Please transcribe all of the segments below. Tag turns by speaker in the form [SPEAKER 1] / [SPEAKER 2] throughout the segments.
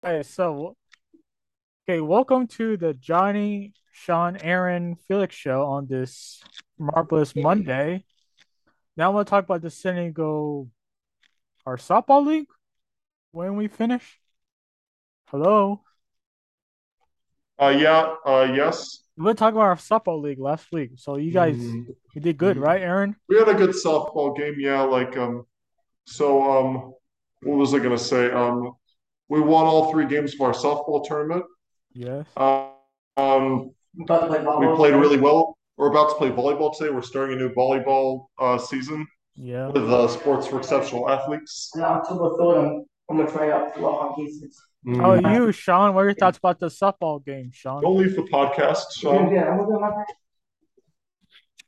[SPEAKER 1] Hey, so okay, welcome to the Johnny, Sean, Aaron, Felix show on this marvelous Monday. Now I want to talk about the Senegal, our softball league. When we finish, hello.
[SPEAKER 2] Uh, yeah, uh, yes.
[SPEAKER 1] We were talking about our softball league last week, so you guys
[SPEAKER 2] Mhm.
[SPEAKER 1] you did good,
[SPEAKER 2] Mhm.
[SPEAKER 1] right, Aaron?
[SPEAKER 2] We had a good softball game. Yeah, like um, so um, what was I gonna say? Um, we won all three games of our softball tournament.
[SPEAKER 1] Yes.
[SPEAKER 2] Uh, um, we played really well. We're about to play volleyball today. We're starting a new volleyball uh, season
[SPEAKER 1] Yeah.
[SPEAKER 2] with uh, sports for exceptional athletes.
[SPEAKER 3] And October third, I'm, I'm gonna try out for long cases.
[SPEAKER 1] How
[SPEAKER 2] Mm.
[SPEAKER 1] about you, Sean? What are your thoughts about the softball game, Sean?
[SPEAKER 2] Don't leave the podcast,
[SPEAKER 3] Yeah,
[SPEAKER 2] Sean.
[SPEAKER 3] yeah, I'm gonna do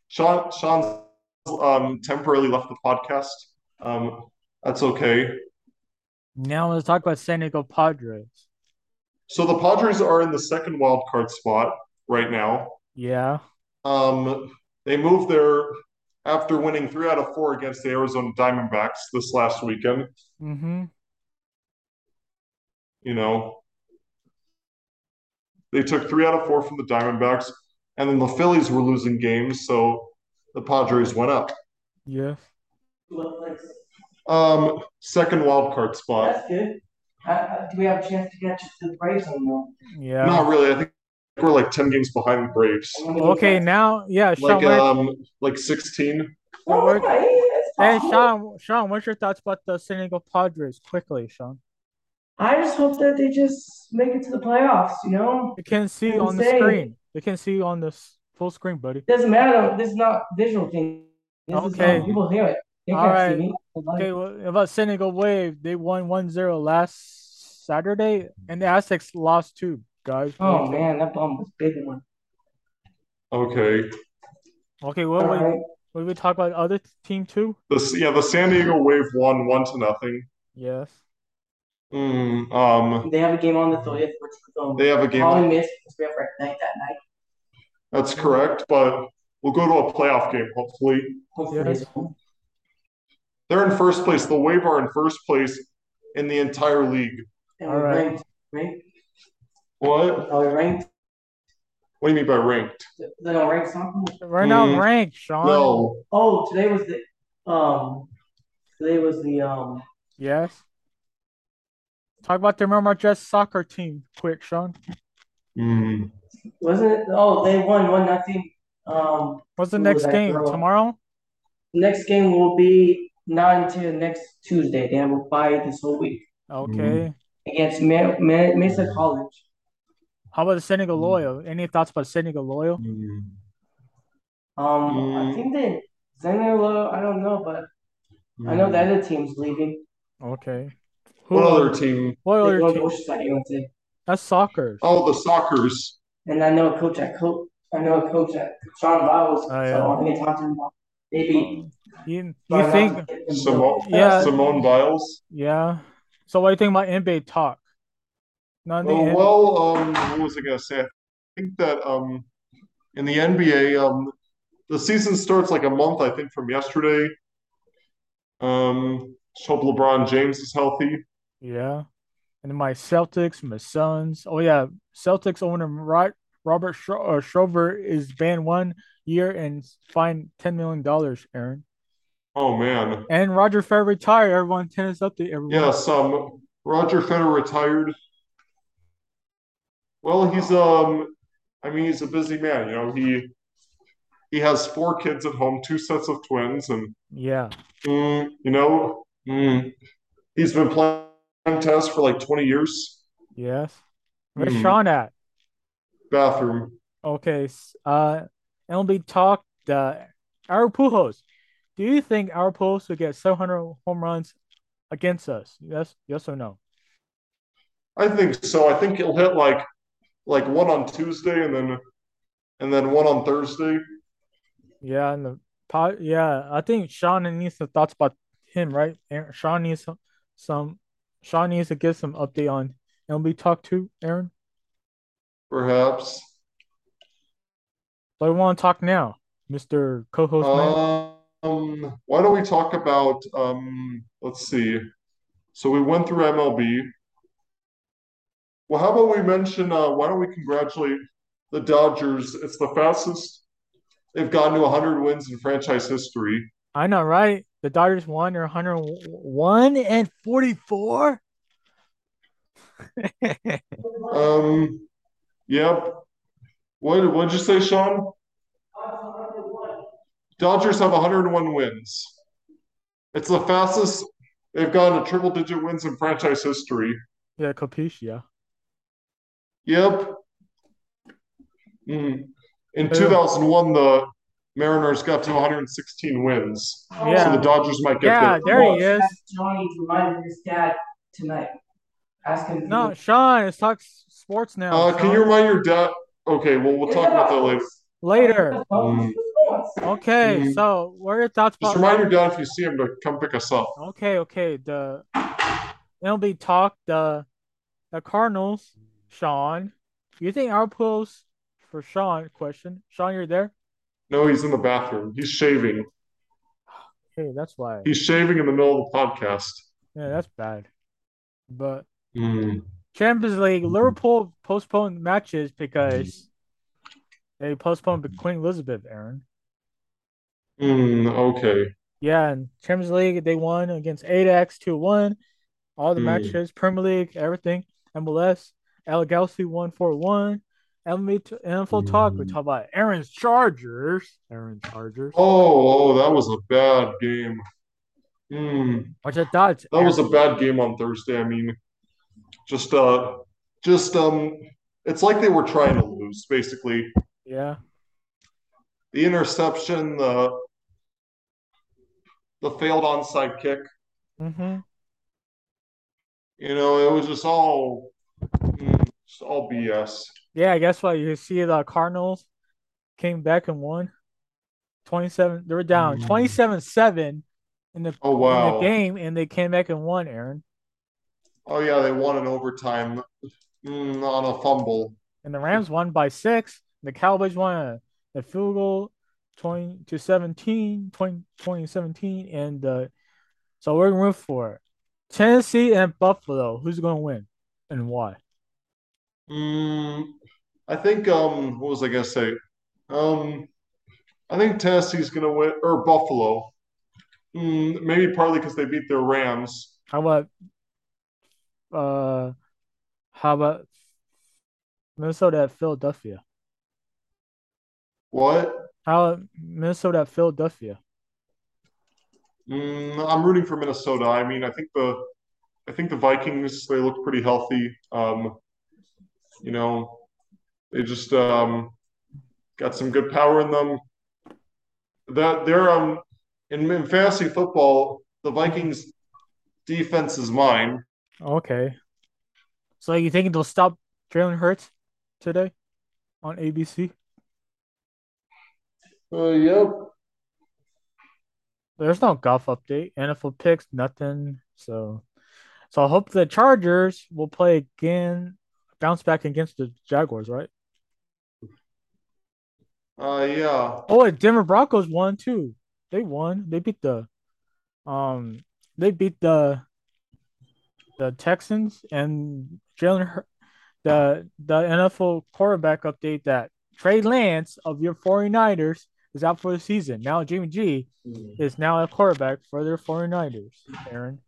[SPEAKER 2] Sean Sean's um, temporarily left the podcast. Um, that's okay.
[SPEAKER 1] Now I want to talk about San Diego Padres.
[SPEAKER 2] So the Padres are in the second wild card spot right now.
[SPEAKER 1] Yeah.
[SPEAKER 2] Um, they moved their after winning three out of four against the Arizona Diamondbacks this last weekend.
[SPEAKER 1] Mm-hmm.
[SPEAKER 2] You know, they took three out of four from the Diamondbacks, and then the Phillies were losing games, so the Padres went up.
[SPEAKER 1] Yes.
[SPEAKER 3] my-
[SPEAKER 2] Um, second wild card spot.
[SPEAKER 3] That's good. Uh, Uh, do we have a chance to catch to the Braves or no?
[SPEAKER 1] Yeah.
[SPEAKER 2] Not really. I think we're like ten games behind the Braves,
[SPEAKER 3] I'm gonna go
[SPEAKER 1] Okay,
[SPEAKER 3] back.
[SPEAKER 1] now,
[SPEAKER 3] uh,
[SPEAKER 1] yeah, Sean.
[SPEAKER 2] like
[SPEAKER 1] what-
[SPEAKER 2] um, like sixteen.
[SPEAKER 3] Oh,
[SPEAKER 1] we're-
[SPEAKER 3] yeah, it's
[SPEAKER 1] hey, Sean,
[SPEAKER 3] possible.
[SPEAKER 1] Sean, what's your thoughts about the San Diego Padres? Quickly, Sean.
[SPEAKER 3] I just hope that they just make it to the playoffs. You know,
[SPEAKER 1] You can see
[SPEAKER 3] Didn't
[SPEAKER 1] on the
[SPEAKER 3] say.
[SPEAKER 1] screen. You can see on this full screen, buddy.
[SPEAKER 3] doesn't matter. This is not visual thing. This is,
[SPEAKER 1] Okay.
[SPEAKER 3] um, people hear it. They
[SPEAKER 1] All
[SPEAKER 3] can't
[SPEAKER 1] right.
[SPEAKER 3] see me.
[SPEAKER 1] Okay, well, about San Diego Wave, they won 1-0 last Saturday, and the Aztecs lost two, guys.
[SPEAKER 3] Oh man, that bomb was a big one.
[SPEAKER 2] Okay.
[SPEAKER 1] Okay,
[SPEAKER 3] All
[SPEAKER 1] what we
[SPEAKER 3] right.
[SPEAKER 1] what we talk about other team too?
[SPEAKER 2] The yeah, the San Diego Wave won one to nothing.
[SPEAKER 1] Yes.
[SPEAKER 2] Mm, um,
[SPEAKER 3] They have a game on the thirtieth, which is um,
[SPEAKER 2] they have a game.
[SPEAKER 3] probably missed because we have rec night that night.
[SPEAKER 2] That's correct, but we'll go to a playoff game, hopefully.
[SPEAKER 3] Hopefully,
[SPEAKER 1] Yes.
[SPEAKER 3] so.
[SPEAKER 2] They're in first place. The Wave are in first place in the entire league.
[SPEAKER 3] And
[SPEAKER 1] All
[SPEAKER 3] we're
[SPEAKER 1] right.
[SPEAKER 3] ranked, right?
[SPEAKER 2] What?
[SPEAKER 3] Are we ranked?
[SPEAKER 2] What do you mean by ranked?
[SPEAKER 3] They don't rank something.
[SPEAKER 1] Right now
[SPEAKER 2] Hmm.
[SPEAKER 3] Mm-hmm.
[SPEAKER 1] ranked, Sean.
[SPEAKER 2] No.
[SPEAKER 3] Oh, today was the um, today was the um.
[SPEAKER 1] Yes. Talk about the Miramar Jets soccer team, quick, Sean.
[SPEAKER 2] Mm.
[SPEAKER 3] Wasn't it? Oh, they won one nothing. Um,
[SPEAKER 1] What's the
[SPEAKER 3] Ooh,
[SPEAKER 1] next
[SPEAKER 3] that
[SPEAKER 1] game
[SPEAKER 3] girl.
[SPEAKER 1] tomorrow?
[SPEAKER 3] next game will be not until next Tuesday. They have a bye this whole week Mm-hmm.
[SPEAKER 1] Okay.
[SPEAKER 3] against Ma- Ma- Mesa College.
[SPEAKER 1] How about the San Diego
[SPEAKER 2] Hmm.
[SPEAKER 1] Loyal? Any thoughts about San Diego Loyal?
[SPEAKER 2] Mm.
[SPEAKER 3] Um,
[SPEAKER 2] Mm.
[SPEAKER 3] I think they. Zanella, I don't know, but I know the
[SPEAKER 1] Mm.
[SPEAKER 3] other team's leaving.
[SPEAKER 1] Okay. Who
[SPEAKER 2] What other team?
[SPEAKER 1] what
[SPEAKER 3] They
[SPEAKER 1] other
[SPEAKER 3] go to
[SPEAKER 1] team?
[SPEAKER 3] Oceanside University.
[SPEAKER 1] That's soccer.
[SPEAKER 2] Oh, the Sockers.
[SPEAKER 3] And I know a coach at coach. I know a coach at Sean Biles.
[SPEAKER 1] Oh, yeah. Oh.
[SPEAKER 3] So I'm gonna talk to him about maybe.
[SPEAKER 1] You, you
[SPEAKER 3] try
[SPEAKER 1] think
[SPEAKER 3] not to get them
[SPEAKER 2] Simone,
[SPEAKER 3] Uh,
[SPEAKER 1] Yeah.
[SPEAKER 2] Simone Biles.
[SPEAKER 1] yeah. So what do you think about NBA talk? Not the
[SPEAKER 2] Oh,
[SPEAKER 1] N-
[SPEAKER 2] well, um, what was I gonna say? I think that um, in the NBA, um, the season starts like a month, I think, from yesterday. Um, just hope LeBron James is healthy.
[SPEAKER 1] Yeah. And then my Celtics, my Suns. Oh yeah, Celtics owner Rod, Robert Schro- uh, Schroeder is banned one year and fined ten million dollars. Aaron
[SPEAKER 2] Oh man,
[SPEAKER 1] and Roger Federer retired. Everyone, tennis update. Everyone.
[SPEAKER 2] yes. Um, Roger Federer retired. Well, he's um, I mean, he's a busy man. You know, he he has four kids at home, two sets of twins, and
[SPEAKER 1] Yeah.
[SPEAKER 2] mm, you know, mm, he's been playing tennis for like twenty years.
[SPEAKER 1] Yes. Where's
[SPEAKER 2] Hmm.
[SPEAKER 1] Sean at?
[SPEAKER 2] Bathroom.
[SPEAKER 1] Okay. s- Uh, MLB talk. The uh, our Pujols. Do you think our Pujols will get 700 home runs against us? Yes. Yes or no?
[SPEAKER 2] I think so. I think he'll hit like like one on Tuesday, and then and then one on Thursday.
[SPEAKER 1] Yeah. And the pot. Yeah. I think Sean needs some thoughts about him, right? Aaron, Sean needs some, some. Sean needs to get some update on MLB talk too, Aaron.
[SPEAKER 2] Perhaps.
[SPEAKER 1] But I want to talk now, Mr. Co-host. man.
[SPEAKER 2] Uh, Um, why don't we talk about um, let's see. So we went through MLB. Well, how about we mention? Uh, why don't we congratulate the Dodgers? It's the fastest they've gone to 100 wins in franchise history.
[SPEAKER 1] I know, right? The Dodgers won their 101 and 44.
[SPEAKER 2] Um, yep. What what'd you say, Sean? Dodgers have 101 wins. It's the fastest they've gone to triple digit wins in franchise history.
[SPEAKER 1] yeah, Capiche, yeah.
[SPEAKER 2] Yep. Mm. In 2001, the Mariners got to 116 wins. So
[SPEAKER 1] Yeah.
[SPEAKER 2] the Dodgers might get
[SPEAKER 1] Yeah,
[SPEAKER 2] there.
[SPEAKER 1] there he is.
[SPEAKER 3] Ask Johnny to remind his dad tonight. Ask him.
[SPEAKER 1] No, Sean, it's talk s- sports now.
[SPEAKER 2] Uh, can
[SPEAKER 1] Sean.
[SPEAKER 2] you remind your dad? Okay, well, we'll talk about that later.
[SPEAKER 1] Later.
[SPEAKER 2] Mm.
[SPEAKER 1] Okay,
[SPEAKER 2] Mhm.
[SPEAKER 1] so what are your thoughts
[SPEAKER 2] Just
[SPEAKER 1] about
[SPEAKER 2] remind your dad if you see him to come pick us up.
[SPEAKER 1] Okay, okay. The MLB talk, the the Cardinals, Sean. You think our pulls for Sean question. Sean, you're there?
[SPEAKER 2] No, he's in the bathroom. He's shaving.
[SPEAKER 1] Hey, that's why.
[SPEAKER 2] He's shaving in the middle of the podcast.
[SPEAKER 1] Yeah, that's bad. But
[SPEAKER 2] Mm.
[SPEAKER 1] Champions League,
[SPEAKER 2] Mm-hmm.
[SPEAKER 1] Liverpool postponed matches because
[SPEAKER 2] Mm-hmm.
[SPEAKER 1] they postponed the Queen Elizabeth, Aaron.
[SPEAKER 2] Mm, okay.
[SPEAKER 1] Yeah, and Champions League, they won against 8X 2 1. All the
[SPEAKER 2] Hmm.
[SPEAKER 1] matches, Premier League, everything, MLS, El Galaxy 1 4 1. MLB t- NFL Talk, we
[SPEAKER 2] Hmm.
[SPEAKER 1] talk about Aaron's Chargers. Aaron Chargers.
[SPEAKER 2] Oh, oh, that was a bad game. Mm.
[SPEAKER 1] What's your thoughts?
[SPEAKER 2] That was a bad game on Thursday. I mean, just uh just um it's like they were trying to lose, basically.
[SPEAKER 1] Yeah.
[SPEAKER 2] The interception, the the failed onside kick,
[SPEAKER 1] Mm-hmm.
[SPEAKER 2] you know, it was just all mm, just all BS.
[SPEAKER 1] Yeah, guess what? You see the Cardinals came back and won. 27, they were down
[SPEAKER 2] Hmm.
[SPEAKER 1] 27 7 in the,
[SPEAKER 2] Oh
[SPEAKER 1] in the
[SPEAKER 2] wow.
[SPEAKER 1] game, and they came back and won, Aaron.
[SPEAKER 2] Oh yeah, they won in overtime mm, on a fumble.
[SPEAKER 1] and the Rams won by six. The Cowboys won a, a field goal 20 to 17, 20, 20 17. And uh, so we're going to root for it. Tennessee and Buffalo. Who's going to win and why?
[SPEAKER 2] Mm, I think um what was I gonna say? Um I think Tennessee's gonna win or Buffalo. Mm, maybe partly because they beat their Rams.
[SPEAKER 1] How about uh how about Minnesota at Philadelphia?
[SPEAKER 2] What?
[SPEAKER 1] How about Minnesota at Philadelphia?
[SPEAKER 2] Mm, I'm rooting for Minnesota. I mean, I think the I think the Vikings they look pretty healthy. Um, you know, they just um, got some good power in them. That they're um in, in fantasy football, the Vikings defense is mine.
[SPEAKER 1] Okay. So you think they'll stop Jalen Hurts today on ABC?
[SPEAKER 2] Uh, yep.
[SPEAKER 1] There's no golf update, NFL picks, nothing. So, so I hope the Chargers will play again, bounce back against the Jaguars, right?
[SPEAKER 2] Uh, yeah.
[SPEAKER 1] Oh, and Denver Broncos won too. They won. They beat the, um, they beat the, the Texans and Jalen. Hur- The the NFL quarterback update that Trey Lance of your 49ers is out for the season. Now Jimmy G
[SPEAKER 2] Hmm,
[SPEAKER 1] is now a quarterback for their 49ers. Aaron.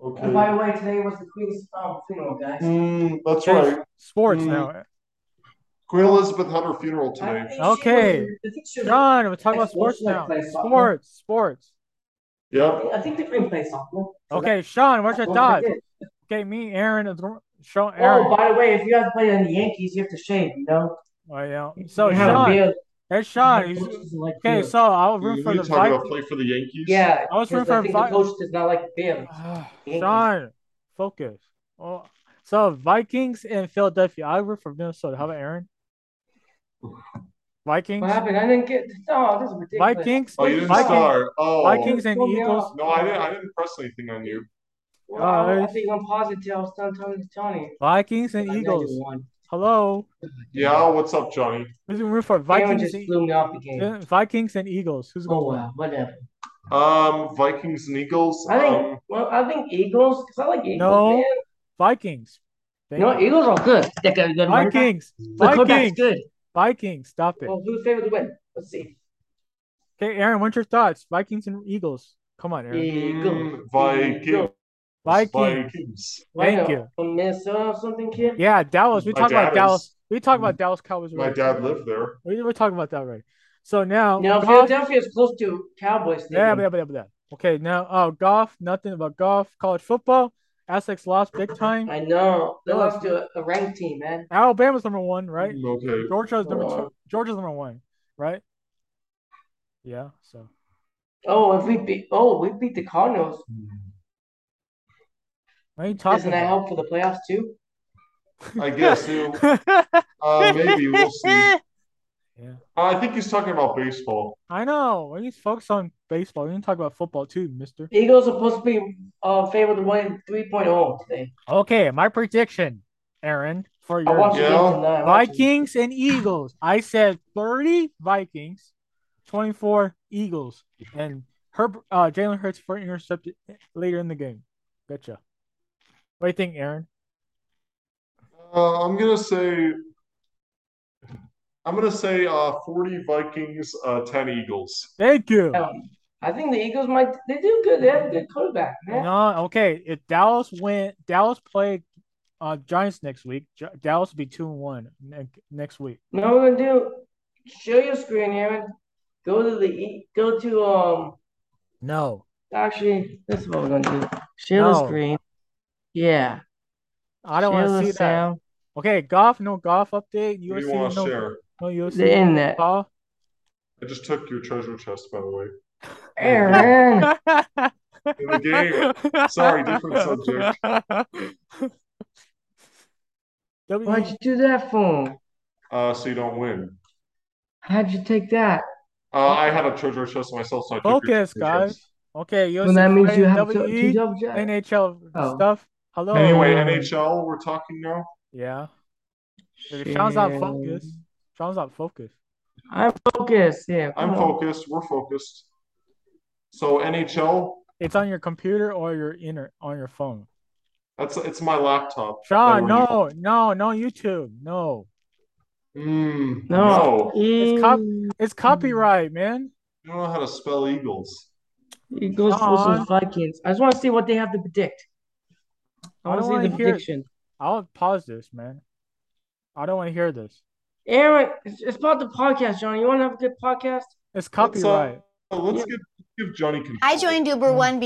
[SPEAKER 1] Oh.
[SPEAKER 3] And by
[SPEAKER 2] Okay.
[SPEAKER 3] the way, today was the Queen's um, funeral, guys.
[SPEAKER 2] Mm, that's
[SPEAKER 1] Okay,
[SPEAKER 2] right.
[SPEAKER 1] Sports
[SPEAKER 2] Mm.
[SPEAKER 1] now.
[SPEAKER 2] Queen Elizabeth had her funeral
[SPEAKER 3] I
[SPEAKER 2] today.
[SPEAKER 3] think she
[SPEAKER 1] Okay.
[SPEAKER 3] was- I think she was-
[SPEAKER 1] John, we're talking about
[SPEAKER 3] Next
[SPEAKER 1] sports
[SPEAKER 3] question,
[SPEAKER 1] now.
[SPEAKER 3] please, Bob.
[SPEAKER 1] Sports, sports.
[SPEAKER 2] Yep.
[SPEAKER 3] I think the Queen plays softball.
[SPEAKER 1] Okay, Sean, what's your
[SPEAKER 3] Don't
[SPEAKER 1] thoughts?
[SPEAKER 3] forget.
[SPEAKER 1] Okay, me, Aaron, and Sean, Aaron.
[SPEAKER 3] Oh, by the way, if you guys play on the Yankees, you have to shave, you know?
[SPEAKER 1] Oh, yeah. So
[SPEAKER 3] You have a
[SPEAKER 1] Sean,
[SPEAKER 3] beard.
[SPEAKER 1] there's Sean.
[SPEAKER 3] The
[SPEAKER 1] He's-
[SPEAKER 3] coach doesn't like
[SPEAKER 1] okay,
[SPEAKER 3] beards.
[SPEAKER 1] so I'll
[SPEAKER 2] You
[SPEAKER 1] root for
[SPEAKER 2] you
[SPEAKER 1] the
[SPEAKER 2] talking about
[SPEAKER 1] Vikings.
[SPEAKER 2] play for the Yankees?
[SPEAKER 3] Yeah.
[SPEAKER 1] I was rooting
[SPEAKER 3] because
[SPEAKER 1] for
[SPEAKER 3] I think
[SPEAKER 1] Vi-
[SPEAKER 3] the coach does not like beards.
[SPEAKER 1] Sean, focus. Oh, so Vikings and Philadelphia. I root for Minnesota. How about Aaron? Vikings,
[SPEAKER 3] What happened? I didn't get. No, this is ridiculous.
[SPEAKER 1] Vikings,
[SPEAKER 2] Oh, you didn't
[SPEAKER 1] Viking-
[SPEAKER 2] start. Oh,
[SPEAKER 1] Vikings and
[SPEAKER 3] Throw me
[SPEAKER 1] Eagles.
[SPEAKER 3] off.
[SPEAKER 2] no, I didn't. I didn't press anything on you.
[SPEAKER 3] Wow, I
[SPEAKER 1] Guys.
[SPEAKER 3] think I'm positive I was done talking to Tony.
[SPEAKER 1] Vikings
[SPEAKER 3] I
[SPEAKER 1] and
[SPEAKER 3] know you
[SPEAKER 1] Eagles.
[SPEAKER 3] won.
[SPEAKER 1] Hello,
[SPEAKER 2] Yeah, what's up, Johnny?
[SPEAKER 1] who's going root for
[SPEAKER 3] Aaron
[SPEAKER 1] Vikings?
[SPEAKER 3] just
[SPEAKER 1] and- E-
[SPEAKER 3] blew me off again.
[SPEAKER 1] Vikings and Eagles. Who's
[SPEAKER 3] Oh
[SPEAKER 1] going to win?
[SPEAKER 3] wow, whatever.
[SPEAKER 2] Um, Vikings and Eagles.
[SPEAKER 3] I think-
[SPEAKER 2] Um,
[SPEAKER 3] Well, I think Eagles, because I like Eagles.
[SPEAKER 1] No.
[SPEAKER 3] man.
[SPEAKER 1] Vikings. They-
[SPEAKER 4] No, Eagles are good. They got a good running back.
[SPEAKER 1] Vikings.
[SPEAKER 4] The quarterback's
[SPEAKER 1] Vikings.
[SPEAKER 4] good.
[SPEAKER 1] Vikings. Stop it.
[SPEAKER 3] Well, who's favorite to win? Let's see.
[SPEAKER 1] Okay, Aaron, what's your thoughts? Vikings and Eagles. Come on, Aaron.
[SPEAKER 4] Eagles.
[SPEAKER 2] Vikings.
[SPEAKER 1] Vikings. Thank you.
[SPEAKER 3] From Minnesota or something, kid?
[SPEAKER 1] Yeah, Dallas. We
[SPEAKER 2] My
[SPEAKER 1] talked
[SPEAKER 2] dad
[SPEAKER 1] about
[SPEAKER 2] is-
[SPEAKER 1] Dallas. We talked about Dallas Cowboys.
[SPEAKER 2] My
[SPEAKER 1] already.
[SPEAKER 2] dad lived there.
[SPEAKER 1] We were talking about that already. So now,
[SPEAKER 3] Now,
[SPEAKER 1] Goff-
[SPEAKER 3] Philadelphia is close to Cowboys.
[SPEAKER 1] yeah,
[SPEAKER 3] Stadium.
[SPEAKER 1] yeah, yeah, yeah. Okay, now, oh, golf. Nothing about golf. College football. Aztecs lost big time.
[SPEAKER 3] I know. They
[SPEAKER 1] Yeah.
[SPEAKER 3] lost to a, a ranked team, man.
[SPEAKER 1] Alabama's number one, right?
[SPEAKER 2] Hmm, Okay.
[SPEAKER 1] Georgia's number
[SPEAKER 3] Wow.
[SPEAKER 1] two. Georgia's number one, right? Yeah. So
[SPEAKER 3] Oh, if we beat, oh, we beat the Cardinals.
[SPEAKER 1] what are you
[SPEAKER 3] Doesn't
[SPEAKER 1] talking
[SPEAKER 3] that
[SPEAKER 1] about?
[SPEAKER 3] help for the playoffs too?
[SPEAKER 2] I guess. you know, Uh, maybe. We'll see. Uh, I think he's talking about baseball.
[SPEAKER 1] I know. Why you focus on baseball? You can talk about football too, Mister.
[SPEAKER 3] Eagles are supposed to be uh favored to win 3.0 today.
[SPEAKER 1] Okay, my prediction, Aaron, for
[SPEAKER 3] I
[SPEAKER 1] your
[SPEAKER 3] watched
[SPEAKER 2] Yeah.
[SPEAKER 3] the game tonight. I watched it.
[SPEAKER 1] Vikings and Eagles. I said 30 Vikings, 24 Eagles, and Herb, uh, Jalen Hurts for intercepted later in the game. Gotcha. What do you think, Aaron?
[SPEAKER 2] Uh, I'm gonna say. I'm gonna say uh, 40 Vikings, uh, 10 Eagles.
[SPEAKER 1] Thank you.
[SPEAKER 3] Um, I think the Eagles might. They do good. They have a good quarterback, man.
[SPEAKER 1] No, okay. If Dallas went, Dallas played uh, Giants next week. Gi- Dallas will be two and one ne- next week.
[SPEAKER 3] No, we're gonna do. Show your screen, Aaron. Go to the. E- Go to um.
[SPEAKER 1] No,
[SPEAKER 3] Actually, this is what we're gonna do. Share
[SPEAKER 1] No.
[SPEAKER 3] the screen. Yeah.
[SPEAKER 1] I don't want
[SPEAKER 3] share
[SPEAKER 1] to
[SPEAKER 3] the
[SPEAKER 1] see that.
[SPEAKER 3] sound.
[SPEAKER 1] Okay, golf, no golf update.
[SPEAKER 2] What do
[SPEAKER 1] UFC,
[SPEAKER 2] you want to
[SPEAKER 1] no,
[SPEAKER 2] share?
[SPEAKER 1] no
[SPEAKER 3] The
[SPEAKER 1] UFC.
[SPEAKER 3] internet.
[SPEAKER 1] Paul?
[SPEAKER 2] I just took your treasure chest, by the way.
[SPEAKER 3] Aaron.
[SPEAKER 2] In the game. Sorry, different subject.
[SPEAKER 1] W-
[SPEAKER 3] Why'd you do that for?
[SPEAKER 2] Uh, so you don't win.
[SPEAKER 3] How'd you take that?
[SPEAKER 2] Uh, I had a treasure chest myself, so I took your
[SPEAKER 1] Focus,
[SPEAKER 2] treasure chest.
[SPEAKER 1] guys. okay, UFC
[SPEAKER 3] Well, that means you have to,
[SPEAKER 1] WWE,
[SPEAKER 3] two double jabs.
[SPEAKER 1] NHL
[SPEAKER 3] Oh.
[SPEAKER 1] stuff. Hello.
[SPEAKER 2] Anyway,
[SPEAKER 3] Oh.
[SPEAKER 2] NHL, we're talking now.
[SPEAKER 1] Yeah. Sean's not
[SPEAKER 3] Share.
[SPEAKER 1] focused. Sean's not focusused.
[SPEAKER 3] I'm focused. Yeah.
[SPEAKER 2] I'm
[SPEAKER 1] Oh.
[SPEAKER 3] come on.
[SPEAKER 2] focused. We're focused. So NHL,
[SPEAKER 1] It's on your computer or your inner on your phone.
[SPEAKER 2] that's it's my laptop.
[SPEAKER 1] Sean,
[SPEAKER 2] That
[SPEAKER 1] no, no, no, YouTube, no.
[SPEAKER 2] we- Mm,
[SPEAKER 3] No.
[SPEAKER 2] no.
[SPEAKER 3] E.
[SPEAKER 1] It's cop- It's
[SPEAKER 3] Hmm.
[SPEAKER 1] copyright, man.
[SPEAKER 2] You don't know how to spell Eagles.
[SPEAKER 3] Eagles
[SPEAKER 1] Sean.
[SPEAKER 3] versus Vikings. I just want to see what they have to predict. I
[SPEAKER 1] I don't
[SPEAKER 3] want to see
[SPEAKER 1] wanna
[SPEAKER 3] the
[SPEAKER 1] hear it.
[SPEAKER 3] prediction.
[SPEAKER 1] I'll pause this, man. I don't want to hear this.
[SPEAKER 3] Aaron, it's, it's about the podcast, John. You want to have a good podcast?
[SPEAKER 1] It's
[SPEAKER 2] Let's, uh,
[SPEAKER 1] copyright.
[SPEAKER 2] let's give, give Johnny control.
[SPEAKER 5] I joined Uber
[SPEAKER 1] Mm.
[SPEAKER 5] One